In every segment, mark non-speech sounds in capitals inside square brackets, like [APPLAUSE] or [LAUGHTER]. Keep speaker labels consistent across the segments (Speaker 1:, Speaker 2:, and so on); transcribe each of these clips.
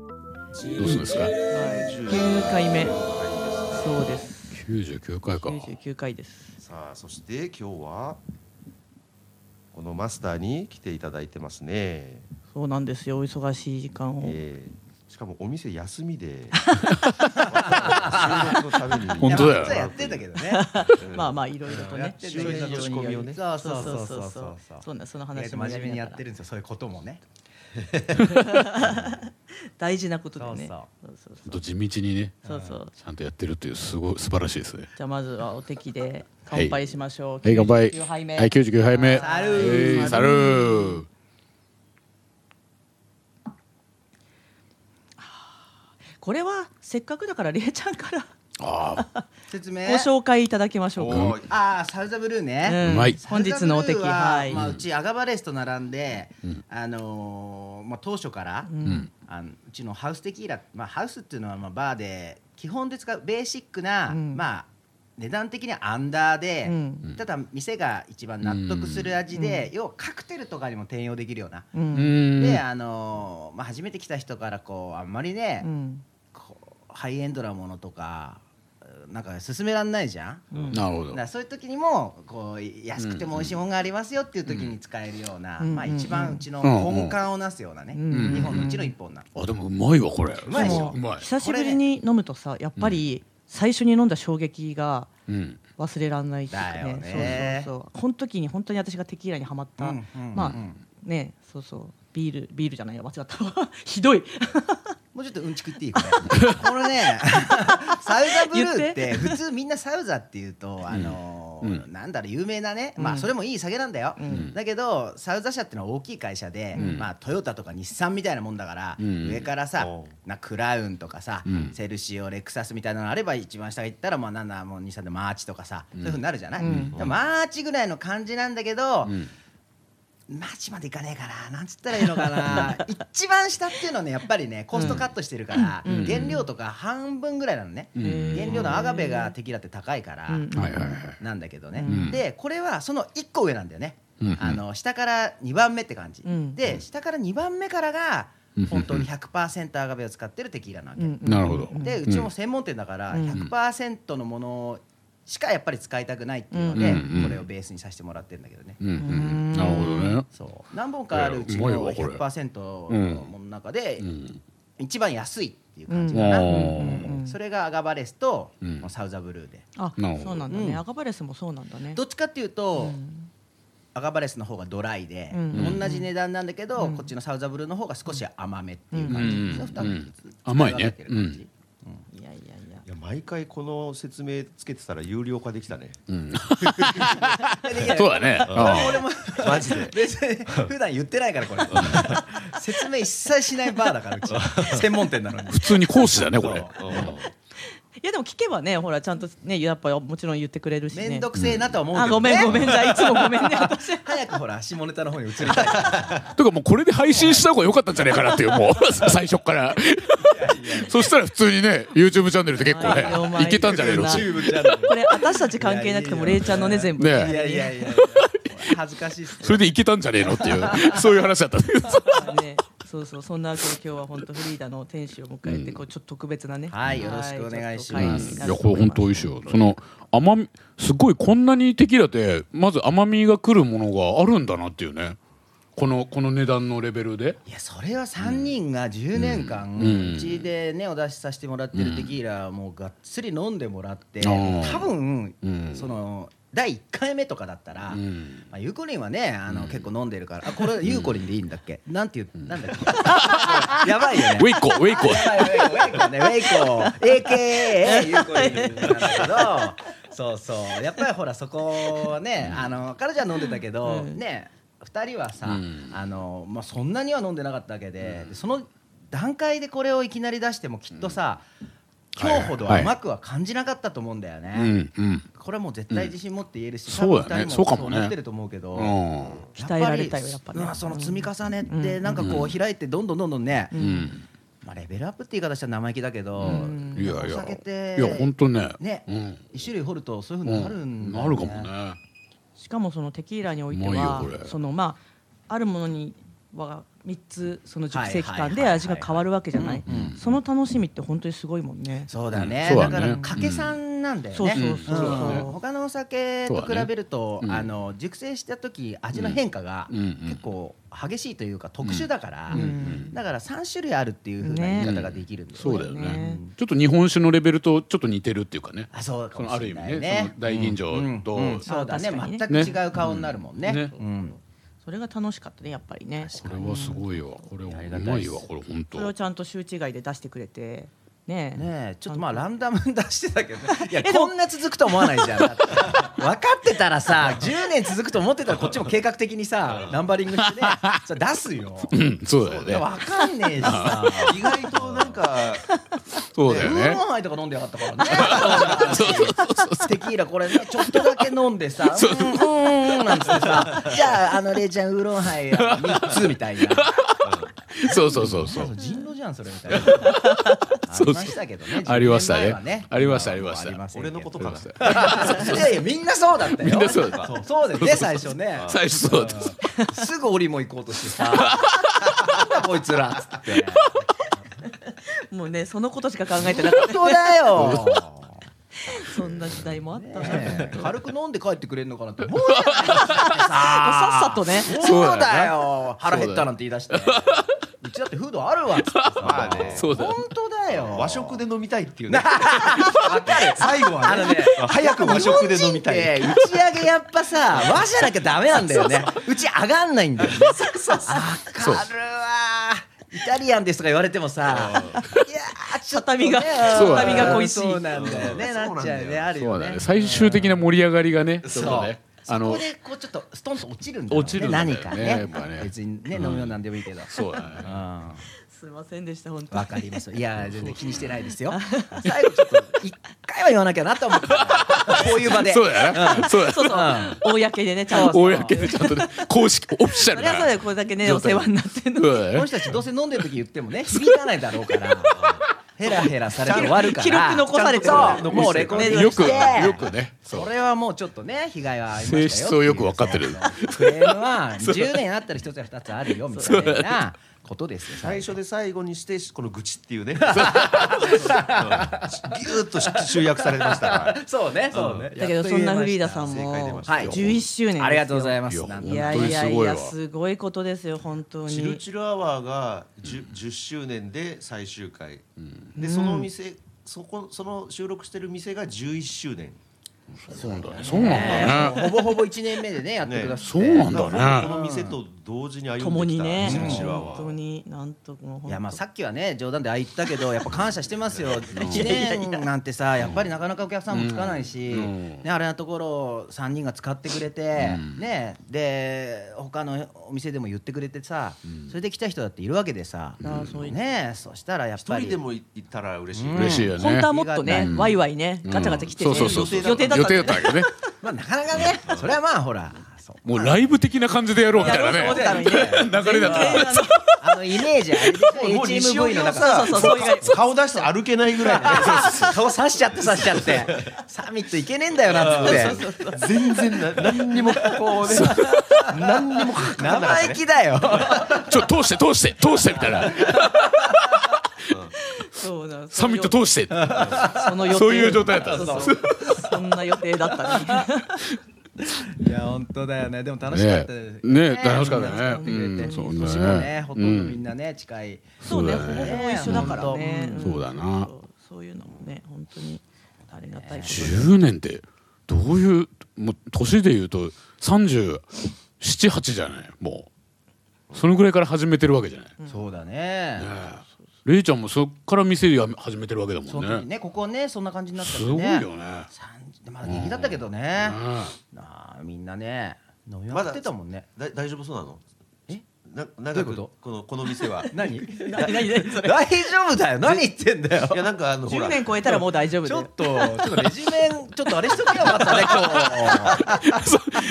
Speaker 1: どうするんですか
Speaker 2: 9回目そうです
Speaker 1: 99回か
Speaker 2: 99回です
Speaker 3: さあそして今日はこのマスターに来ていただいてますね、
Speaker 2: そうなんですよお忙しい時間を
Speaker 3: えーしかもお店休みで収録のために
Speaker 1: 本当だよ
Speaker 4: いやまあ実はやってんだけどね。
Speaker 3: うん
Speaker 2: まあまあいろいろと
Speaker 4: や
Speaker 2: ね
Speaker 4: ってるね
Speaker 2: 非常に
Speaker 3: 仕込みをね
Speaker 4: そう
Speaker 2: そ
Speaker 4: そうう
Speaker 2: そ
Speaker 4: そうう
Speaker 2: そ
Speaker 4: そう
Speaker 2: そう
Speaker 4: うそう
Speaker 2: そんなその
Speaker 4: 意外
Speaker 2: 話
Speaker 4: と
Speaker 2: も
Speaker 4: 真面目にやって
Speaker 2: る
Speaker 4: るんですよ。そういうこともね。
Speaker 2: 大事なことでね
Speaker 4: そう
Speaker 2: そうそう
Speaker 1: ほん
Speaker 2: そ
Speaker 1: と
Speaker 2: う
Speaker 1: 地道にね
Speaker 2: そうそう
Speaker 1: ちゃんとやってるっていうすごい素晴らしいですね
Speaker 2: じゃあまずはお敵で
Speaker 1: はい
Speaker 2: 乾杯しましょう
Speaker 1: はい乾杯
Speaker 2: 99杯目
Speaker 1: はい99杯目
Speaker 4: サルー
Speaker 1: はいサルー
Speaker 2: これはせっかくだからりえちゃんから
Speaker 1: ああ
Speaker 4: 説明。
Speaker 2: ご紹介いただきましょうか
Speaker 3: おー
Speaker 4: ああサルザブルーね。
Speaker 2: うん
Speaker 1: うまい
Speaker 2: 本日のお敵は
Speaker 4: はいまあ、うちアガバレスと並んで、あのーまあ、当初から、あのうちのハウステキーラ、まあ、ハウスっていうのはまあバーで基本で使うベーシックな、
Speaker 2: うん
Speaker 4: まあ、値段的にはアンダーで、
Speaker 2: うん
Speaker 4: ただ店が一番納得する味で、要はカクテルとかにも転用できるような。
Speaker 2: う
Speaker 1: うんん
Speaker 4: であのーまあ、初めて来た人からこうあんまりね、
Speaker 2: うん
Speaker 4: こうハイエンドなものとかなんか勧めらんないじゃん。
Speaker 1: なるほ
Speaker 4: だ
Speaker 1: ど
Speaker 4: からそういう時にもこう安くても美味しいものがありますよっていう時に使えるような、
Speaker 2: うん
Speaker 4: まあ、
Speaker 2: うん
Speaker 4: 一番うちの
Speaker 1: うん
Speaker 4: 根幹をなすようなね、
Speaker 2: うん
Speaker 4: 日本のうちの一本な、
Speaker 1: あでもうまいわこれ
Speaker 4: まいでしょ
Speaker 1: うまい
Speaker 2: 久しぶりに飲むとさやっぱり最初に飲んだ衝撃が
Speaker 1: うん
Speaker 2: 忘れらんないっていうか
Speaker 4: だよね
Speaker 2: そうそうそうこの時に本当に私がテキーラにはまった、
Speaker 4: うんうんうん
Speaker 2: まあねそうそうビールビールじゃないよ間違ったわひどい
Speaker 4: もうちょっとうんちく言っていいこれこれね [LAUGHS] サウザブルーって普通みんなサウザっていうとあのー
Speaker 1: う
Speaker 4: なんだろう有名なね、まあそれもいい酒なんだよ、
Speaker 2: ん
Speaker 4: だけどサウザ社ってのは大きい会社で、まあトヨタとか日産みたいなもんだから、
Speaker 1: うん
Speaker 4: 上からさ
Speaker 3: おう
Speaker 4: なクラウンとかさ、
Speaker 1: ん
Speaker 4: セルシオレクサスみたいなのあれば一番下がいったらまあなんだもう日産でマーチとかさ、そういうふうになるじゃない、
Speaker 2: うん
Speaker 4: でもマーチぐらいの感じなんだけど、
Speaker 1: うん
Speaker 4: マーチまでいかねえかななんつったらいいのかな一番下っていうのはねやっぱりねコストカットしてるから、原料とか半分ぐらいなのね、
Speaker 1: ん
Speaker 4: 原料のアガベがテキーラって高いから、
Speaker 2: うん
Speaker 1: はいはいはい
Speaker 4: なんだけどね、
Speaker 1: ん
Speaker 4: でこれはその1個上なんだよね、
Speaker 1: うん
Speaker 4: あの下から2番目って感じ、
Speaker 2: うん
Speaker 4: で下から2番目からが
Speaker 1: うん
Speaker 4: 本当に100%アガベを使ってるテキーラなわけ、
Speaker 2: うんうん
Speaker 1: なるほど
Speaker 4: でうちも専門店だから
Speaker 2: うん
Speaker 4: 100%のものしかやっぱり使いたくないっていうので、
Speaker 1: うん
Speaker 4: これをベースにさせてもらってるんだけどね、
Speaker 1: うんうんなるほどね
Speaker 4: そう何本かあるうち
Speaker 1: いやうま
Speaker 4: の
Speaker 1: いわこれ
Speaker 4: 100%のもの中で
Speaker 1: ん
Speaker 4: 一番安いっていう感じ
Speaker 1: あ
Speaker 4: かな、
Speaker 1: ー
Speaker 4: それがアガバレスと
Speaker 1: うん
Speaker 4: サウザブルーで、
Speaker 2: あ
Speaker 1: なるほど
Speaker 2: そうなんだね、
Speaker 4: うん
Speaker 2: アガバレスもそうなんだね
Speaker 4: どっちかっていうと、
Speaker 2: うん
Speaker 4: アガバレスの方がドライで、
Speaker 2: うん
Speaker 4: 同じ値段なんだけど、こっちのサウザブルーの方が少し甘めっていう感じ、
Speaker 1: うん
Speaker 4: その二つ
Speaker 1: うん
Speaker 4: 使い分け
Speaker 1: 甘いね
Speaker 4: てる感じ
Speaker 2: いやいやいや
Speaker 3: いや毎回この説明つけてたら有料化できたね
Speaker 1: そうだね
Speaker 4: 俺も
Speaker 3: マジで
Speaker 4: 別に普段言ってな
Speaker 1: [LAUGHS]
Speaker 4: いからこれ説明一切しないバーだからうち
Speaker 1: [LAUGHS]
Speaker 4: 専門店なのに
Speaker 1: 普通に講師だねこれ
Speaker 3: そううん
Speaker 2: いやでも聞けばねほらちゃんとねやっぱもちろん言ってくれるしね
Speaker 4: 面倒くせえなとは思うけど、
Speaker 2: あ
Speaker 4: ね、
Speaker 2: ごめんごめんじゃあいつもごめんね私
Speaker 4: 早くほら下ネタの方に移りたい
Speaker 1: とかもうこれで配信した方が良かったんじゃないかなっていうもう最初からそしたら普通にね YouTube チャンネルって結構
Speaker 2: はいお
Speaker 1: ね
Speaker 2: 前
Speaker 1: いけたんじゃないの
Speaker 2: い
Speaker 1: っ
Speaker 2: や
Speaker 1: て
Speaker 2: いや
Speaker 1: いう
Speaker 4: YouTube チャンネル
Speaker 2: これ私たち関係なくても
Speaker 4: いや
Speaker 2: レ
Speaker 4: いいよ
Speaker 2: イちゃんのね全部
Speaker 1: ね
Speaker 4: いやいやいやいや恥ずかしいっす
Speaker 1: それでいけたんじゃねえのっていう [LAUGHS] そういう話だったんだけど
Speaker 2: [LAUGHS] ね、そうそうそんなわけで今日は本当フリーダの店主を迎えてこうちょっと特別なね、
Speaker 4: はいよろしくお願いします
Speaker 1: う
Speaker 2: は
Speaker 1: んい
Speaker 2: ち
Speaker 1: や
Speaker 2: ょっと会になると
Speaker 1: これ
Speaker 2: 思
Speaker 1: 本
Speaker 2: ます
Speaker 1: 当美味しいよその甘みすごいこんなにテキーラってまず甘みが来るものがあるんだなっていうねこのこの値段のレベルで
Speaker 4: いやそれは3人が10年間うちでねお出しさせてもらってるテキーラをもうがっつり飲んでもらって
Speaker 1: あー
Speaker 4: 多分
Speaker 1: ん
Speaker 4: その第1回目とかだったら
Speaker 1: ん
Speaker 4: まあゆうこりんはねあの結構飲んでるからあこれゆうこりんでいいんだっけなんていうなんだっ [LAUGHS] けやばいよね
Speaker 1: ウェイコ [LAUGHS] ウェイコ
Speaker 4: やばいウェイコねウェイコ AKA ゆうこりんなんだけどそうそうやっぱりほらそこはねあの彼女は飲んでたけど、
Speaker 2: うん
Speaker 4: ね2人はさ、
Speaker 1: うん
Speaker 4: あのまあ、そんなには飲んでなかったわけで,、でその段階でこれをいきなり出してもきっとさ、今日ほど
Speaker 1: はいはいう
Speaker 4: まくは感じなかったと思うんだよね。
Speaker 1: うんうん
Speaker 4: これはもう絶対自信持って言えるし、
Speaker 1: うん
Speaker 4: 多分
Speaker 1: そうだね
Speaker 4: 二人
Speaker 1: そうかもね
Speaker 4: 思ってると思うけど、
Speaker 1: うん
Speaker 4: やっ
Speaker 2: 鍛え
Speaker 4: ぱ
Speaker 2: ら
Speaker 4: り
Speaker 2: れたよやっぱね
Speaker 4: うんその積み重ねってなんかこう開いてどんどんどんどんね、
Speaker 1: うん
Speaker 4: まあ、レベルアップって言い方したら生意気だけど、
Speaker 1: いやい
Speaker 4: お
Speaker 1: や
Speaker 4: 酒って
Speaker 1: いや本当ね
Speaker 4: ね、
Speaker 1: うん
Speaker 4: 一種類掘るとそういうふう
Speaker 1: う
Speaker 4: になるん
Speaker 1: ん
Speaker 4: だ
Speaker 1: な
Speaker 4: よ、ね
Speaker 1: るかもね
Speaker 2: しかもそのテキーラにおいて
Speaker 1: うまいよ
Speaker 2: は
Speaker 1: これ
Speaker 2: そのまああるものには3つその熟成期間
Speaker 4: はいはいはい
Speaker 2: で
Speaker 4: はい
Speaker 2: 味が変わるわけじゃないその楽しみって本当にすごいもんね
Speaker 4: そうだね、
Speaker 1: うんそうだ
Speaker 4: だ
Speaker 1: ね
Speaker 4: から掛け算なんだよ
Speaker 2: そう
Speaker 4: ね、
Speaker 2: そううんそうそう
Speaker 4: 他のお酒と比べると、
Speaker 1: そうだね
Speaker 4: あの熟成した時味の変化が
Speaker 1: うんうん
Speaker 4: 結構激しいというか特殊だから、
Speaker 2: ん
Speaker 4: だから3種類あるっていう風な言い方ができるんだよね
Speaker 1: そうだよね
Speaker 2: ね
Speaker 1: ちょっと日本酒のレベルとちょっと似てるっていうかね
Speaker 4: あそうか
Speaker 1: その
Speaker 4: も
Speaker 1: あ
Speaker 4: し
Speaker 1: る
Speaker 4: れ
Speaker 1: 意
Speaker 4: な
Speaker 1: 味ね
Speaker 4: い
Speaker 1: そ
Speaker 4: ね
Speaker 1: の大吟醸と、
Speaker 4: うんうんそうだね
Speaker 2: あ確かにね
Speaker 4: 全く違う顔になるもんね
Speaker 1: ね
Speaker 4: うん
Speaker 2: それが楽しかったねやっぱりね
Speaker 1: これはすごいわこれう
Speaker 4: ありがた
Speaker 1: ま
Speaker 4: い
Speaker 1: い
Speaker 4: です
Speaker 1: わこれ本当
Speaker 2: それをちゃんと週違いで出してくれてねえ
Speaker 4: ねえちょっとまあランダムに出してたけど、 [LAUGHS] ね、いや
Speaker 2: えでも
Speaker 4: こんな続くと思わないじ [LAUGHS] ゃんだって分かってたらさ10年続くと思ってたらこっちも計画的にさナンバリング [LAUGHS] してねそれ出すよ
Speaker 1: うんそうだよ
Speaker 4: いや
Speaker 1: ね
Speaker 4: 分かんねえしさ
Speaker 3: 意外となんか
Speaker 1: そう
Speaker 4: ウ
Speaker 1: だよ
Speaker 4: ー
Speaker 1: ね
Speaker 4: ロンハイとか飲んでよかった [LAUGHS] からねテキーラこれねちょっとだけ飲んで [LAUGHS] さ「うーんうーん」なんつって [LAUGHS] さ「じゃああのレイちゃんウーロンハイ3つ」みたいな
Speaker 1: そうそうそうそう
Speaker 4: 人狼じゃんそれみ [LAUGHS] たいな
Speaker 1: そうそう
Speaker 4: ありましたけどね
Speaker 1: ありましたね
Speaker 4: 10年前は
Speaker 1: ありましたありました
Speaker 4: ありませんけ
Speaker 3: 俺
Speaker 4: ど
Speaker 3: のことかな。
Speaker 4: [LAUGHS] いやいやみんなそうだったよ
Speaker 1: みんなそうだった
Speaker 4: そうそうですね最初ね
Speaker 1: 最初そうです
Speaker 4: すぐ折も行こうとしてさなんだこいつらっつって
Speaker 2: もうねそのことしか考えてなかっ
Speaker 4: 本当だよ
Speaker 2: た [LAUGHS] そんな時代もあったなもう
Speaker 4: ねえ軽く飲んで帰ってくれるのかなって思うじゃないですか
Speaker 2: さっさとね
Speaker 4: そうだよ腹減ったなんて言い出してうちだってフードあるわっつってさ
Speaker 3: まあね
Speaker 1: そうだよ
Speaker 4: 本当だよ
Speaker 3: 和食で飲みたいっていうね。
Speaker 4: わかる
Speaker 3: 最後は
Speaker 4: あのね
Speaker 3: ね、早く和食で飲みたい。
Speaker 4: 日本人って打ち上げやっぱさ
Speaker 1: [LAUGHS]
Speaker 4: 和じゃなきゃダメなんだよねうち上がんないんだよね
Speaker 1: そう
Speaker 4: わかるわイタリアンですとか言われてもさいやーちょっと
Speaker 2: 畳が
Speaker 1: そうだね
Speaker 2: 畳が恋しい
Speaker 4: そうなんだよね
Speaker 3: そう
Speaker 4: な
Speaker 3: な
Speaker 4: っ
Speaker 3: ん
Speaker 4: ちゃ
Speaker 3: だ
Speaker 4: う
Speaker 3: よ
Speaker 4: ねある
Speaker 1: そ
Speaker 4: よ
Speaker 1: うだね
Speaker 4: ね
Speaker 1: 最終的な盛り上がりがねちょっと
Speaker 4: そう
Speaker 1: ねあ
Speaker 4: そ
Speaker 1: の
Speaker 4: こでこうちょっとストンと落ちるんだよね
Speaker 1: 落ちるんだよね
Speaker 4: 何か
Speaker 1: やっ
Speaker 4: ね
Speaker 1: ぱね
Speaker 4: 別にね飲むようなんでもいいけど
Speaker 1: そうだね
Speaker 4: うん
Speaker 2: すいませんでした本当
Speaker 4: わかりますいや全然気にしてないですよ最後ちょっと一回は言わなきゃなと思ってたこういう場で
Speaker 1: そうだよねそうだよ
Speaker 2: そうそう公でねちゃんと
Speaker 1: 公でちゃんとね公式オフィシャ
Speaker 2: そ
Speaker 1: ル
Speaker 2: りゃそうだよ
Speaker 1: な
Speaker 2: これだけねお世話になってんの
Speaker 1: そうだ
Speaker 4: こ
Speaker 1: よ
Speaker 4: の
Speaker 1: ね
Speaker 4: 人たちどうせ飲んでる時言ってもね響かないだろ
Speaker 1: [LAUGHS]
Speaker 4: うからヘラヘラされて終わるから
Speaker 2: 記録残されてる
Speaker 4: そ
Speaker 3: 残し
Speaker 4: う
Speaker 3: て
Speaker 4: もうレコーディン
Speaker 1: よ
Speaker 4: グし
Speaker 1: く
Speaker 4: て
Speaker 1: よくねそ
Speaker 4: そうれはもうちょっとね被害はありましたよ
Speaker 1: 性質をよく分かってる
Speaker 4: クレームは10年あったら一つや二つあるよみたいなことですよ
Speaker 3: 最初で最後にしてこの愚痴っていうね。うんぎゅーっと集約されましたから。
Speaker 4: そうねそうね
Speaker 2: だけどそんなフリーダさん
Speaker 3: 正解出
Speaker 2: も
Speaker 3: ました
Speaker 4: よ
Speaker 2: 11周年ですよ
Speaker 4: ありがとうございます
Speaker 1: いや
Speaker 4: なんと
Speaker 2: いや
Speaker 1: 本当
Speaker 2: い
Speaker 1: にす
Speaker 2: や
Speaker 1: ごい
Speaker 2: い
Speaker 1: わ
Speaker 2: やすごいことですよ本当
Speaker 3: チル
Speaker 2: に
Speaker 3: チルアワーが 10, 10周年で最終回、でその店、そこその収録してる店が11周年
Speaker 1: そうなんだねそうなんだね
Speaker 4: ほぼほぼ一年目でねやってくださって、
Speaker 1: そうなんだね
Speaker 3: この店と同時に歩
Speaker 2: 共
Speaker 3: んでき
Speaker 2: に
Speaker 3: た
Speaker 2: ね
Speaker 3: チルチルア
Speaker 2: 本
Speaker 3: ワー、
Speaker 2: 当になんともう本当
Speaker 4: いやまあさっきはね冗談でああ言ったけどやっぱ感謝してますよ1年なんてさやっぱりなかなかお客さんもつかないし、
Speaker 1: うん
Speaker 4: ね、あれなところを3人が使ってくれて、ねで他のお店でも言ってくれてさ、それで来た人だっているわけでさ、
Speaker 2: ああそういう
Speaker 4: ねそしたらやっ
Speaker 3: 一
Speaker 4: ぱり
Speaker 3: 人でも行ったら嬉しい、
Speaker 1: 嬉しいよね
Speaker 2: 本当はもっと
Speaker 4: あり
Speaker 2: ね
Speaker 4: がた
Speaker 2: ワイワイねガチャガチャ来てね
Speaker 1: うんそうそうそう
Speaker 2: 予定だっ
Speaker 1: 予
Speaker 2: たんだ
Speaker 1: 定
Speaker 2: よ
Speaker 1: だったわけね
Speaker 4: まあなかなかねそれはまあほらそう
Speaker 1: もうライブ的な感じでやろうみたいな
Speaker 2: やろうと思って
Speaker 1: ね
Speaker 2: たのにね
Speaker 1: 流れだった
Speaker 2: 全然あの
Speaker 4: あのイメージあれでしょ HMV の
Speaker 2: そ
Speaker 4: 中
Speaker 2: うそうそうそういう
Speaker 3: 顔出して歩けないぐらい
Speaker 4: 顔刺しちゃって刺しちゃってサミットいけねえんだよなっつって
Speaker 3: 全然な何にもこうね何にもかかんなかった
Speaker 4: 生意
Speaker 3: ね
Speaker 4: 気だよ
Speaker 1: ちょ通して通して通してみたいな
Speaker 2: そうだ
Speaker 1: サミット通して
Speaker 2: その予定
Speaker 1: そういう状態だった
Speaker 2: そうそうそんな予定だったね
Speaker 4: いや本当だよねでも楽しか
Speaker 1: ね
Speaker 4: ったです
Speaker 1: ね楽しかったよねうん
Speaker 4: そ
Speaker 1: そうう
Speaker 4: 年も
Speaker 1: だ
Speaker 4: ね
Speaker 1: ね
Speaker 4: ほと
Speaker 1: うん
Speaker 4: どみ
Speaker 1: ん
Speaker 4: んなね近い
Speaker 2: そうね、
Speaker 1: そうだ
Speaker 2: ほぼ
Speaker 1: ね
Speaker 2: ほぼ一緒だからね。
Speaker 1: うんそうだな
Speaker 2: そう。そういうのもね、本当にありがたいことです。
Speaker 1: 10年ってどういうもう年でいうと378じゃないもうそのぐらいから始めてるわけじゃない
Speaker 4: そうだね
Speaker 1: レイちゃんもそっから店やめ始めてるわけだ
Speaker 4: そ
Speaker 1: も
Speaker 4: の時
Speaker 1: んね
Speaker 4: ねここねそんな感じになった
Speaker 1: す
Speaker 4: ん
Speaker 1: ごい
Speaker 4: だ
Speaker 1: よね
Speaker 4: ね
Speaker 1: ね
Speaker 4: 30まだ人気だったけどねなあみんなね飲みまくってたもんね
Speaker 3: だ大丈夫そうなの
Speaker 4: え
Speaker 3: な長
Speaker 4: どう
Speaker 3: く
Speaker 4: いうこ
Speaker 3: このこの店
Speaker 4: [LAUGHS]
Speaker 3: は
Speaker 4: 何
Speaker 2: [LAUGHS] [LAUGHS] 何何それ
Speaker 4: 大丈夫だよ何言ってんだよ
Speaker 3: いやなんかあのほ
Speaker 2: 10
Speaker 3: ら
Speaker 2: 年超えたらもう大丈夫
Speaker 4: ち
Speaker 2: だ
Speaker 4: ょっ
Speaker 2: よ。
Speaker 4: とちょっとレジュメちょっとあれしとけよかったね
Speaker 1: [LAUGHS]
Speaker 4: 今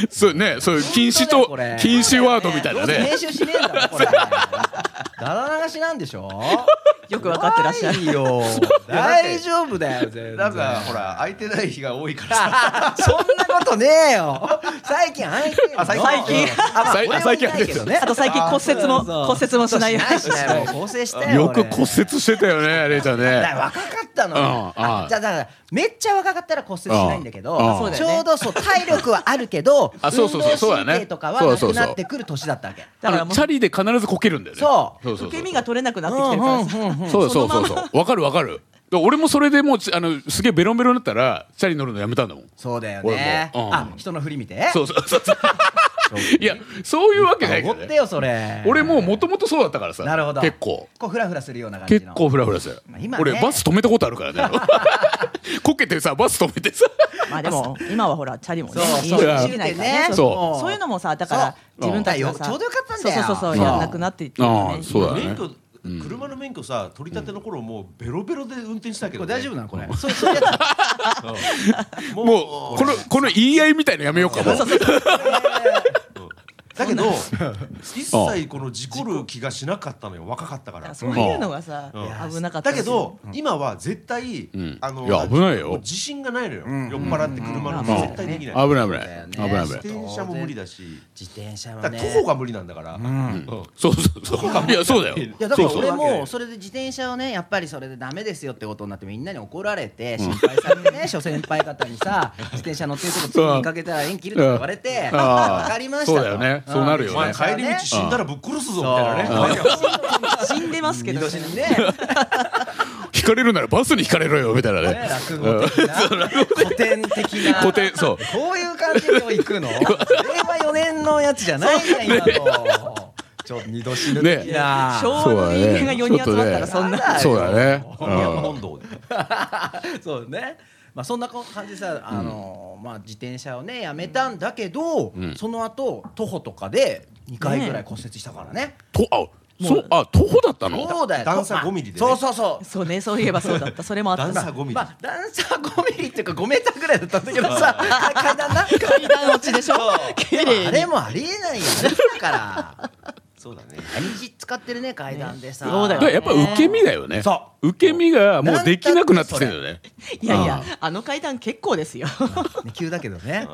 Speaker 1: そうねそういう禁止
Speaker 4: 本当だよ
Speaker 1: と
Speaker 4: これ
Speaker 1: 禁止ワードみた
Speaker 4: 日
Speaker 1: い
Speaker 4: ど
Speaker 1: な
Speaker 4: うせ
Speaker 1: ね
Speaker 4: 編集しねえんだもん
Speaker 1: [LAUGHS]
Speaker 4: これだら流しなんでしょ
Speaker 2: よく分かってらっしゃる。
Speaker 4: 怖いよ大丈夫だよ全然
Speaker 3: なんかほら空いてない日が多いからさ
Speaker 4: そんなことねえよ。最近空いてんの
Speaker 3: あ最近
Speaker 4: あ、まあ、
Speaker 1: 最
Speaker 4: 最近
Speaker 1: 最近空いてる
Speaker 4: けどね。
Speaker 2: あと最近骨折も
Speaker 4: そう
Speaker 2: 骨折もしないように
Speaker 4: しないもう構成したよ
Speaker 1: よく
Speaker 4: 俺
Speaker 1: 骨折してたよねレイちゃん
Speaker 4: だから
Speaker 1: ね
Speaker 4: 若かったの、
Speaker 1: うん
Speaker 4: あ
Speaker 1: あ
Speaker 4: じゃあだからめっちゃ若かったら骨折しないんだけど、
Speaker 1: ああそう
Speaker 2: だ
Speaker 4: ち
Speaker 2: よね
Speaker 4: ょうどそう体力はあるけど
Speaker 1: あそうそうそう
Speaker 4: 運動
Speaker 1: そうだね
Speaker 4: 神経とかは
Speaker 1: そう
Speaker 4: な
Speaker 1: そうそ
Speaker 4: く
Speaker 1: う
Speaker 4: なってくる年だったわけ
Speaker 1: あ
Speaker 2: だから
Speaker 1: の
Speaker 2: も
Speaker 1: チャリで必ずこけるんだよね
Speaker 4: そう
Speaker 1: そう
Speaker 2: う
Speaker 1: そう
Speaker 2: 受
Speaker 1: そ
Speaker 2: け
Speaker 1: う
Speaker 2: 身が取れなくなってきてるからさ、
Speaker 4: うんうん
Speaker 1: そうそうそう
Speaker 2: そのまま
Speaker 1: そうわかるわかるだ俺もそれでもうちあのすげえベロンベロンになったらチャリ乗るのやめたんだもん
Speaker 4: そうだよね、
Speaker 1: 俺もうん
Speaker 4: あ人の振り見て
Speaker 1: [LAUGHS] そうそうそうそう
Speaker 4: [LAUGHS]
Speaker 1: いやそういうわけない
Speaker 4: お
Speaker 1: から
Speaker 4: ごって
Speaker 1: ね
Speaker 4: よそれ
Speaker 1: 俺もうもともとそうだったからさ
Speaker 4: なるほど
Speaker 1: 結構
Speaker 4: こうフラフラするような感じ
Speaker 1: 結
Speaker 4: の
Speaker 1: 構フラフラする
Speaker 4: まあ今ね
Speaker 1: 俺バス止めたことあるから
Speaker 4: [LAUGHS]
Speaker 1: ねこけてさバス止めてさ
Speaker 2: [LAUGHS] まあでも今はほらチャリもね
Speaker 4: そう
Speaker 2: いい
Speaker 4: そう
Speaker 2: できないからね
Speaker 4: そう
Speaker 2: そう
Speaker 4: そう
Speaker 2: そういうのもさだから
Speaker 4: そう
Speaker 2: 自分たちが
Speaker 4: うん
Speaker 2: さ
Speaker 4: ちょうどよかったんだ
Speaker 2: そ
Speaker 4: よ
Speaker 2: うそうそうそうやんなくなっていってるよ
Speaker 1: ああ
Speaker 2: ね
Speaker 1: そうだね
Speaker 3: 免許車の免許さ取り立ての頃もうベロベロで運転したけ
Speaker 4: こ
Speaker 3: ど
Speaker 4: れ
Speaker 3: ね
Speaker 4: 大丈夫なのこれそうそういうやつ
Speaker 3: もう
Speaker 1: もうこのこの言い合いみたいのやめようかもう
Speaker 3: だけど一切この事故る気がしなかったのよ若かったか
Speaker 2: だかららそういうのがさ
Speaker 3: う
Speaker 2: 危なかった
Speaker 3: だ
Speaker 2: り
Speaker 3: け
Speaker 2: する
Speaker 3: ど今は絶対
Speaker 1: ん
Speaker 3: あの
Speaker 1: いや危ないよ
Speaker 3: もう自信がないのよ酔っ払って車の
Speaker 1: うん
Speaker 3: 運転絶対できない
Speaker 1: 危ない危
Speaker 4: そう
Speaker 1: な
Speaker 4: だよ
Speaker 1: い
Speaker 4: ね
Speaker 1: 危ない危ない
Speaker 3: 自転車も無理だし
Speaker 4: 自転車は
Speaker 3: だから
Speaker 4: ね
Speaker 3: 徒歩が無理なんだからうん
Speaker 1: そうそうそういやそうだよ
Speaker 4: いやだから
Speaker 1: そう
Speaker 4: 俺
Speaker 1: そう
Speaker 4: もそれで自転車をねやっぱりそれでダメですよってことになってみんなに怒られて心配されてね諸 [LAUGHS] 先輩方にさ自転車乗ってるとこついにかけたら縁切るとか言われ [LAUGHS] て
Speaker 1: うん
Speaker 4: わかりましたと
Speaker 1: そうだよねそうなるよ
Speaker 3: お
Speaker 1: ね
Speaker 3: 前帰り道死んだらぶっ殺すぞみたいなね
Speaker 2: 死んでますけ
Speaker 4: 二
Speaker 2: ど
Speaker 4: 度
Speaker 2: ね
Speaker 4: 死にね
Speaker 1: 引かれるならバスに引かれろよみたいな
Speaker 4: ね
Speaker 1: ね
Speaker 4: 落語的な古典的な
Speaker 1: 古典そう
Speaker 4: こういう感じで今日行くの令和4年のやつじゃないじゃん今のちょっと二度死ぬ的な
Speaker 2: 昭和の人間が4人集まったらそんな
Speaker 1: そうだね
Speaker 3: 本屋の本堂で
Speaker 4: [LAUGHS] そうね。まあそんな感じでさ、あのまあ自転車をねやめたんだけど、その後徒歩とかで2回ぐらい骨折したからね。
Speaker 1: とあそうあ徒歩だったの
Speaker 4: そうだよ。
Speaker 3: 段差
Speaker 4: まあ
Speaker 3: 5ミリでね
Speaker 4: そうそうそう。
Speaker 2: そうねそういえばそうだったそれもあった
Speaker 3: 段差
Speaker 2: な
Speaker 3: 5ミリ
Speaker 4: まあ段差5ミリっていうか5メーターぐらいだったんだけどさ、階段な階段落ちでしょ。
Speaker 2: 綺麗に
Speaker 4: あれもありえないよねだから。
Speaker 3: そうだね
Speaker 4: 道使ってるね階段でさ。
Speaker 2: ねそうだ
Speaker 1: だ
Speaker 2: よ
Speaker 1: からやっぱ受け身だよね
Speaker 4: そ
Speaker 1: 受け身がもうできなくなってきてるよね
Speaker 2: いやいやあの階段結構ですよ
Speaker 4: ね急だけどね。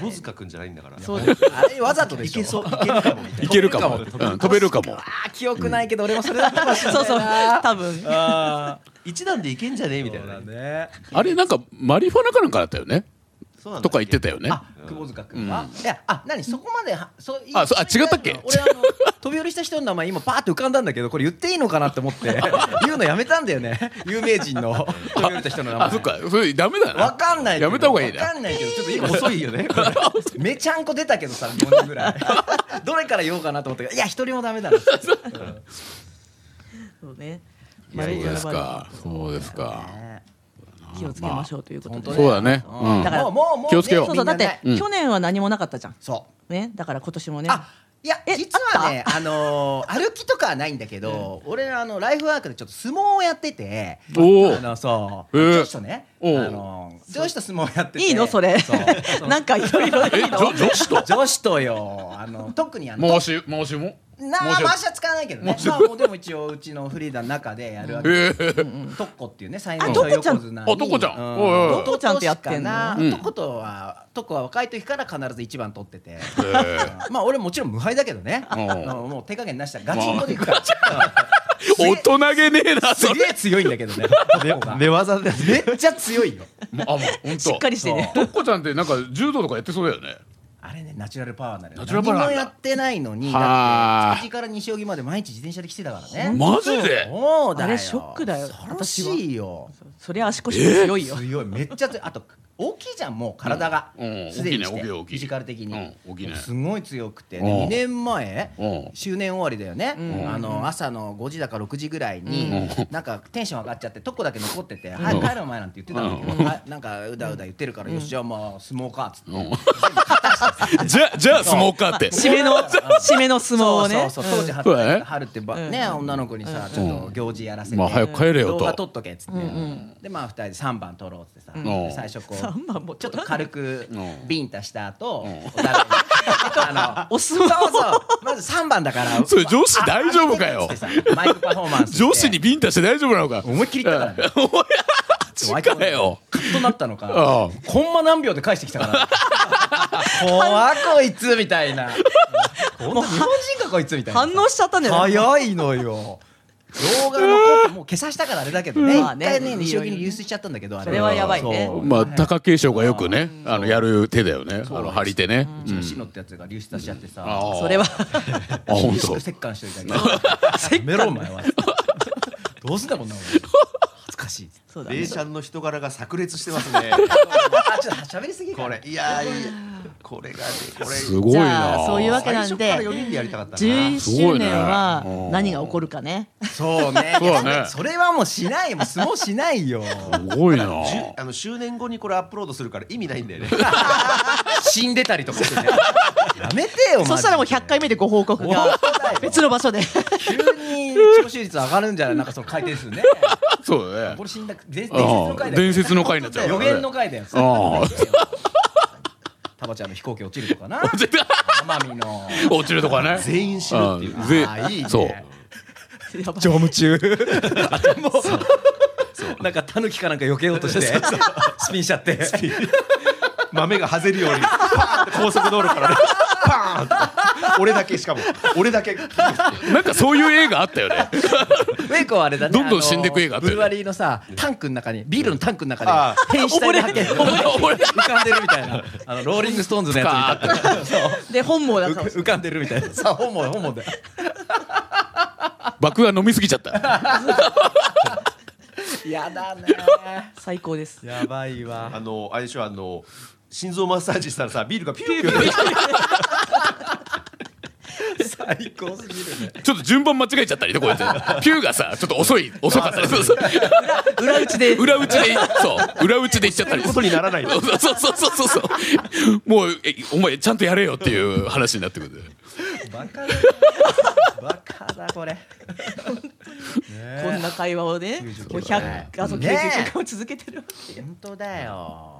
Speaker 3: 窪塚くんじゃないんだから
Speaker 2: そうです
Speaker 4: あれわざとでしょ。いけそう。いけるか
Speaker 1: い
Speaker 4: も。
Speaker 1: けるかもうん飛べるかも
Speaker 4: あー記憶ないけど俺もそれだったかもしれ
Speaker 2: [LAUGHS] そ
Speaker 4: ないう
Speaker 2: そう
Speaker 4: な。
Speaker 2: 多分
Speaker 4: あー
Speaker 3: 一段でいけんじゃねえみたいなね
Speaker 4: ね。
Speaker 1: あれなんかマリファナかなんかだったよね
Speaker 3: そうなんだ
Speaker 1: とか言ってたよね
Speaker 4: あ、久保塚君は。いや、あ、何そこまでは、そう。
Speaker 1: あそうあ
Speaker 4: れ
Speaker 1: 違ったっけ
Speaker 4: 俺あの飛び降りした人の名前今パーって浮かんだんだけど、これ言っていいのかなって
Speaker 1: [LAUGHS]
Speaker 4: 思って、言うのやめたんだよね。有名人の飛び降りた人の名前。
Speaker 1: あそっ。かそれダメだな
Speaker 4: わかんないけど。
Speaker 1: やめた方がいい
Speaker 4: わ
Speaker 1: な
Speaker 4: かんないけど、ちょっと今遅いよね。これめちゃんこ出たけどさ、5人ぐ
Speaker 1: [LAUGHS]
Speaker 4: らい。どれから言おうかなと思ったけど、いや、一人もダメだな。
Speaker 2: そうね
Speaker 1: そうですかそうですか
Speaker 2: 気をつけましょうということで
Speaker 4: 本当
Speaker 1: そうだね
Speaker 4: うん
Speaker 2: だから
Speaker 4: もうもうもう
Speaker 1: 気をつけよ
Speaker 2: そうそうだっ
Speaker 4: みんな
Speaker 2: て
Speaker 4: ね
Speaker 2: 去年は何もなかったじゃん
Speaker 4: そう。
Speaker 2: ねだから今年もね
Speaker 4: あいや
Speaker 2: え
Speaker 4: 実はねあのー歩きとかはないんだけど、俺あのライフワークでちょっと相撲をやってて [LAUGHS]
Speaker 1: おお
Speaker 4: あのそう、
Speaker 1: へえ
Speaker 4: 上司とねあ
Speaker 1: おう
Speaker 4: のー上司と相撲やってて
Speaker 2: いいのそれ [LAUGHS]
Speaker 4: う
Speaker 2: なんかいろいろい
Speaker 1: え
Speaker 2: い
Speaker 1: 女
Speaker 2: の
Speaker 1: 女
Speaker 4: [LAUGHS]
Speaker 1: 子と
Speaker 4: 女子とよあの特にあの
Speaker 1: 回し回しも
Speaker 4: な
Speaker 1: 回
Speaker 4: あ
Speaker 1: しは
Speaker 4: 回しは使わないけどねまあもうでも一応うちのフリーダの中でやるわけ
Speaker 1: ええ
Speaker 4: トッコっていうね最年
Speaker 2: あ
Speaker 4: 長
Speaker 2: トッコちゃん
Speaker 4: 横綱に
Speaker 1: あトッコちゃん
Speaker 4: う
Speaker 1: おいおいおい
Speaker 2: トッコちゃんってやってんの
Speaker 4: 弟子かな
Speaker 1: うん
Speaker 4: トッコとはトッコは若い時から必ず一番取ってて
Speaker 1: え
Speaker 4: まあ俺もちろん無敗だけどね、
Speaker 1: うん
Speaker 4: うんもう手加減なしだガチンコでいくから、
Speaker 1: [LAUGHS] 大人げねえな
Speaker 4: す
Speaker 1: それ
Speaker 4: げえ強いんだけどねトッコが
Speaker 3: 寝技で
Speaker 4: めっちゃ強いよ
Speaker 1: あもう本当
Speaker 2: しっかりしてね
Speaker 1: とっこちゃんってなんか柔道とかやってそうだよね
Speaker 4: あれねナチュラルパワーなのよ
Speaker 1: ナチュラルパワーなん
Speaker 4: 何
Speaker 1: だ
Speaker 4: もやってないのに
Speaker 1: は
Speaker 4: だ
Speaker 1: あ
Speaker 4: って築地から西荻まで毎日自転車で来てたからね
Speaker 1: マジで
Speaker 4: そうだよ
Speaker 2: あれショックだよ
Speaker 4: 恐ろしいよ
Speaker 2: そりゃ足腰も強いよ
Speaker 4: 強いめっちゃ強いあと大きいじゃんもう体が
Speaker 1: うんうん
Speaker 4: すでに
Speaker 1: 大きいね大きい大きい
Speaker 4: フィジカル的に
Speaker 1: うん大きいね
Speaker 4: すごい強くてで
Speaker 1: うん
Speaker 4: 2年前
Speaker 1: うん
Speaker 4: 周年終わりだよね
Speaker 1: ん
Speaker 4: あの朝の5時だか6時ぐらいに
Speaker 1: うん
Speaker 4: なんかテンション上がっちゃってとこだけ残ってて「はい帰るお前」なんて言ってたんだけどあなんかうだうだ言ってるから「よしじゃあまあ相撲か」っつって
Speaker 1: じゃじゃあ相撲かって
Speaker 2: 締めの締めの相撲をね
Speaker 4: そうそうそう当時
Speaker 1: そうだね
Speaker 4: 春春ってばね女の子にさちょっと行事やらせて
Speaker 1: まあ早く帰れよと
Speaker 4: 動画撮っとけっつってでまあ二人で三番撮ろうっつってさで最初こ
Speaker 2: 三番も
Speaker 4: うちょっと軽く
Speaker 1: うん
Speaker 4: ビンタした後お互いにあの
Speaker 2: [LAUGHS] お相撲
Speaker 4: そうそうまず三番だから
Speaker 1: それ女子大丈夫かよ
Speaker 4: ああつってさマイクパフォーマンスして
Speaker 1: 女子にビンタして大丈夫なのか
Speaker 4: 思いっきり言ったからね
Speaker 1: マジかよ
Speaker 4: カッとなったのか
Speaker 1: ああ
Speaker 2: [LAUGHS]
Speaker 4: コンマ何秒で返してきたから怖こいつみたいな本当日本人かこいつみたいな
Speaker 2: 反応しちゃったんじゃない
Speaker 4: 早いのよ動画のコピーもう消さしたからあれだけどね
Speaker 2: まあ
Speaker 4: 一
Speaker 2: ね
Speaker 4: 回ね西荻に流出しちゃったんだけどあ
Speaker 2: それはやばいね
Speaker 4: そう
Speaker 1: まあ貴景勝がよくねあのやる手だよねあの張り手ね
Speaker 5: うちのシノってやつが流出しちゃってさ、
Speaker 1: あー
Speaker 2: それは
Speaker 1: あ本当
Speaker 5: 折感しといたけど
Speaker 4: やめろお前はどうすんだもんなお前恥ずかしい
Speaker 2: そうだね
Speaker 3: レイちゃんの人柄が炸裂してますね
Speaker 4: あちょっと喋りすぎか
Speaker 3: これいやーいやこれがねこれ
Speaker 1: すごい
Speaker 2: じ
Speaker 1: な
Speaker 2: ゃあそういうわけ
Speaker 3: 最
Speaker 2: な
Speaker 3: 初
Speaker 2: ん
Speaker 3: から
Speaker 2: で
Speaker 3: 4人でやりたかったな
Speaker 2: 11周年は
Speaker 1: すごいねうん
Speaker 2: 何が起こるかね
Speaker 4: そうね
Speaker 1: そうだね
Speaker 4: それはもうしないもう相撲しないよ
Speaker 1: すごいな
Speaker 3: じゅあの周年後にこれアップロードするから意味ないんだよね
Speaker 5: 死んでたりとかしてね
Speaker 4: やめてよマジ
Speaker 2: そ
Speaker 4: で
Speaker 2: したらもう100回目でご報告が
Speaker 4: 本当だよ
Speaker 2: 別の場所で [LAUGHS]
Speaker 4: 急に聴取率上がるんじゃないなんかその回転数ね
Speaker 1: そうだね
Speaker 4: これ死んだ伝伝説
Speaker 1: あー
Speaker 4: の回だよ
Speaker 1: 伝説の回になっちゃう
Speaker 4: 予言の回だよ
Speaker 1: あー
Speaker 4: [LAUGHS] タバちゃんの飛行機落ちるとかな
Speaker 1: 落ちる
Speaker 4: 奄美の
Speaker 1: [LAUGHS] 落ちるとかね
Speaker 3: 全員死ぬっていう
Speaker 1: あーぜ
Speaker 4: あーいいね
Speaker 1: そう
Speaker 2: やばい
Speaker 4: 乗務 [LAUGHS] 中頭をなんかタヌキかなんか避けようとしてスピンしちゃって
Speaker 3: 豆がはぜるようにパーンって高速道路からねパーンって俺だけしかも俺だけ
Speaker 1: なんかそういう映画あったよね
Speaker 4: メイコはあれだね
Speaker 1: どんどん
Speaker 4: あの
Speaker 1: 死んでく映画あったよ
Speaker 4: ブ
Speaker 1: ね
Speaker 4: ルワリーのさタンクの中にビールのタンクの
Speaker 3: あ
Speaker 4: 中で変死体で発見
Speaker 1: 俺
Speaker 4: 浮かんでるみたいなあのローリングストーンズのやつみたいなそう
Speaker 2: で本望だった
Speaker 4: 浮かんでるみたいなさ本望本望で
Speaker 1: 爆が飲みすぎちゃった
Speaker 4: やだね
Speaker 2: 最高です
Speaker 4: やばいわ
Speaker 3: あのあれでしょあの心臓マッサージしたらさビールがピューピューって
Speaker 4: 最高すぎるね
Speaker 1: ちょっと順番間違えちゃったりねこうやってピューがさちょっと遅い遅かったりそうそう
Speaker 2: 裏打ちで
Speaker 1: 裏打ちでそう裏打ちで言っちゃったり
Speaker 3: ことにならない
Speaker 1: そうそうそうそうそうそうもうえお前ちゃんとやれよっていう話になってくる
Speaker 4: バカだバカだこれ
Speaker 2: こんな会話をね
Speaker 4: 90
Speaker 2: もう100あと90
Speaker 4: ねえ
Speaker 2: 回も続けてるわけよ
Speaker 4: 本当だよ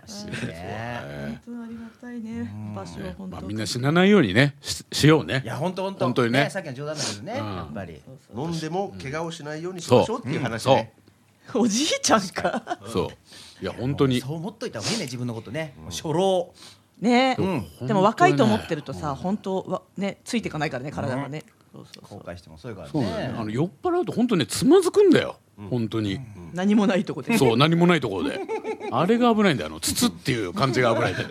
Speaker 4: 楽しいね
Speaker 2: 本当ありがたいね場所は本
Speaker 1: まあ
Speaker 2: 当
Speaker 1: みんな死なないようにねししようね
Speaker 4: いや本当本当
Speaker 1: 本当にね
Speaker 4: さっきの冗談だけどねやっぱり
Speaker 3: 飲んでも怪我をしないようにしましょうっていう話
Speaker 1: そう
Speaker 3: ね
Speaker 2: おじいちゃんか
Speaker 1: そういや本当に
Speaker 4: そう思っといた方がいいね自分のことね初老
Speaker 2: ね
Speaker 1: ん
Speaker 2: でも若いと思ってるとさ本当はねついていかないからね体がねそうそうそ
Speaker 4: 後
Speaker 2: う
Speaker 4: 悔しても遅いから
Speaker 1: そうだねあ
Speaker 4: ね
Speaker 1: の酔っ払うと本当ねつまずくんだよ本当に
Speaker 2: 何もないとこで
Speaker 1: そう何もないところであれが危ないんだよあの筒っていう感じが危ないんだよ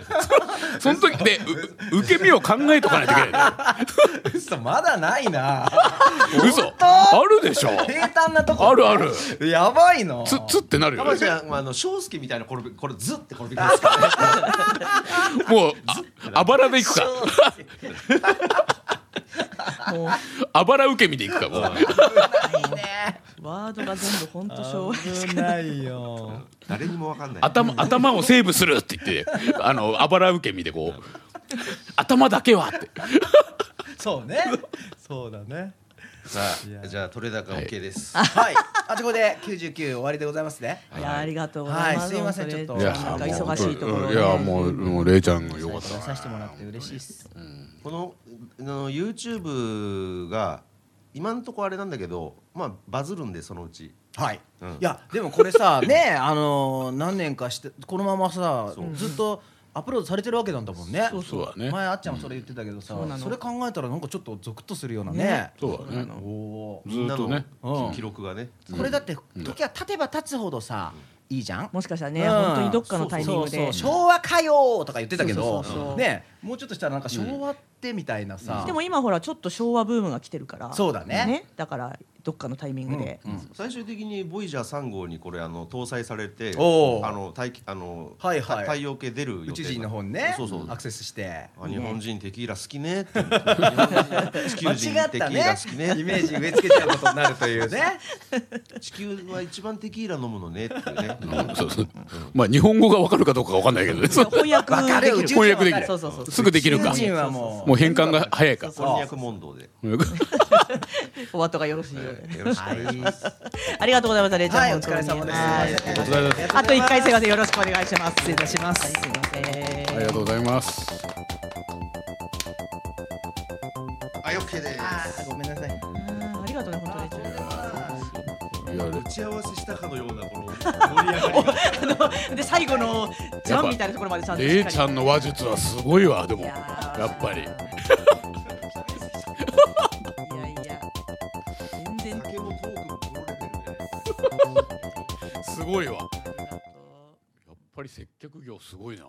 Speaker 1: その時でう受け身を考えとかないといけないんだよ
Speaker 4: 嘘まだないな
Speaker 1: 嘘あるでしょ
Speaker 4: 平坦なとこ
Speaker 1: あるある
Speaker 4: やばいの
Speaker 1: つつってなる
Speaker 3: た
Speaker 1: よ
Speaker 3: ま
Speaker 1: ね
Speaker 3: ちゃんあの翔介みたいなこれこれずって転びますからね
Speaker 1: もうああばらでいくか
Speaker 2: もう
Speaker 1: あばら受け身でいくかもう
Speaker 2: ワードが全部本当昭和です
Speaker 4: 危ないよ
Speaker 3: 誰にもわかんない
Speaker 1: 頭頭をセーブするって言ってあのあばら受け身でこう頭だけはって
Speaker 4: そうねそうだね
Speaker 3: さあじゃあ取れ高 OK です
Speaker 4: はいあとこれで99終わりでございますね
Speaker 2: いやありがとうございます。
Speaker 4: はいすいません
Speaker 2: 本当
Speaker 4: い
Speaker 2: に
Speaker 4: や
Speaker 2: なんか忙しいところ
Speaker 1: い
Speaker 2: ね
Speaker 1: やもうもうレイちゃんがよかっ
Speaker 4: 出させてもらって嬉しいっす
Speaker 3: このあの YouTube が今のところあれなんだけどまあバズるんでそのうち
Speaker 4: はい、
Speaker 3: うん
Speaker 4: いやでもこれさねあのー何年かしてこのままさずっとアップロードされてるわけなんだもんね
Speaker 1: たそうだね
Speaker 4: 前あっちゃんもそれ言ってたけどさ、
Speaker 2: そうなの
Speaker 4: それ考えたらなんかちょっとゾクッとするようなね
Speaker 2: ね
Speaker 1: そうだね
Speaker 4: おお
Speaker 1: ず
Speaker 4: ー
Speaker 1: っとね
Speaker 3: みんなの
Speaker 4: うん
Speaker 3: 記録がね
Speaker 4: これだって時は経てば経つほどさ、いいじゃん
Speaker 2: もしかしたら
Speaker 4: う
Speaker 2: ね、
Speaker 4: ん
Speaker 2: 本当にどっかのタイミング
Speaker 4: そうそ
Speaker 2: で
Speaker 4: う。そう昭和歌謡とか言ってたけど
Speaker 2: そうそうそうそう
Speaker 4: ねもうちょっとしたらなんか昭和ってみたいなさ、
Speaker 2: でも今ほらちょっと昭和ブームが来てるから。
Speaker 4: そうだね
Speaker 2: だからどっかのタイミングで。
Speaker 3: 最終的にボイジャー3号にこれあの搭載されて
Speaker 4: おー
Speaker 3: あの大気あの、
Speaker 4: はいはい
Speaker 3: 太陽系出る予定
Speaker 4: 宇宙人の方にね
Speaker 3: そうそう
Speaker 4: アクセスして
Speaker 3: あ日本人テキーラ好きね
Speaker 4: [LAUGHS]
Speaker 3: って日本人地球
Speaker 4: 間
Speaker 3: 人
Speaker 4: 違っ
Speaker 3: テキ
Speaker 4: た
Speaker 3: ーラ
Speaker 4: ね
Speaker 3: 好き
Speaker 4: イ
Speaker 3: ね
Speaker 4: メージ植え付けちゃうことになるというね [LAUGHS]
Speaker 3: 地球は一番テキーラ飲むのねっていうね
Speaker 1: うんそうそうまあ日本語がわかるかどうかわかんないけどね
Speaker 2: 翻訳
Speaker 4: わかる
Speaker 2: でき
Speaker 4: 宇宙
Speaker 2: る。
Speaker 4: 人
Speaker 1: 翻
Speaker 4: は
Speaker 1: 訳でき
Speaker 4: わか
Speaker 1: る
Speaker 2: そうそうそう
Speaker 1: [LAUGHS] すぐできる
Speaker 4: 宇
Speaker 1: か
Speaker 4: 宙人はもう
Speaker 1: もう変換が早いか
Speaker 3: こんにゃく問答で
Speaker 2: お後がよろしいようで。
Speaker 3: よろしくお
Speaker 4: は
Speaker 3: 願いします
Speaker 4: い
Speaker 2: ありがとうございました。レイちゃん。
Speaker 4: はい、お疲れ様です。
Speaker 2: 本当
Speaker 1: お
Speaker 2: にね
Speaker 1: 疲れ様です
Speaker 2: あと一回すいません。よろしくお願いします。
Speaker 4: 失礼いたします
Speaker 2: はいすいません
Speaker 1: あ。りがとうございます
Speaker 3: はい OK です
Speaker 4: あーごめんなさい。
Speaker 2: あーありがとうね、本当にレイちゃん。
Speaker 1: いや
Speaker 3: 打ち合わせしたかのようなこの盛り上が
Speaker 4: [LAUGHS]
Speaker 3: りが
Speaker 2: で最後のジャンみたいなところまでちゃんとしっかり。
Speaker 1: レイちゃんの話術はすごいわでもやっぱりすごいわやっぱり接客業すごいな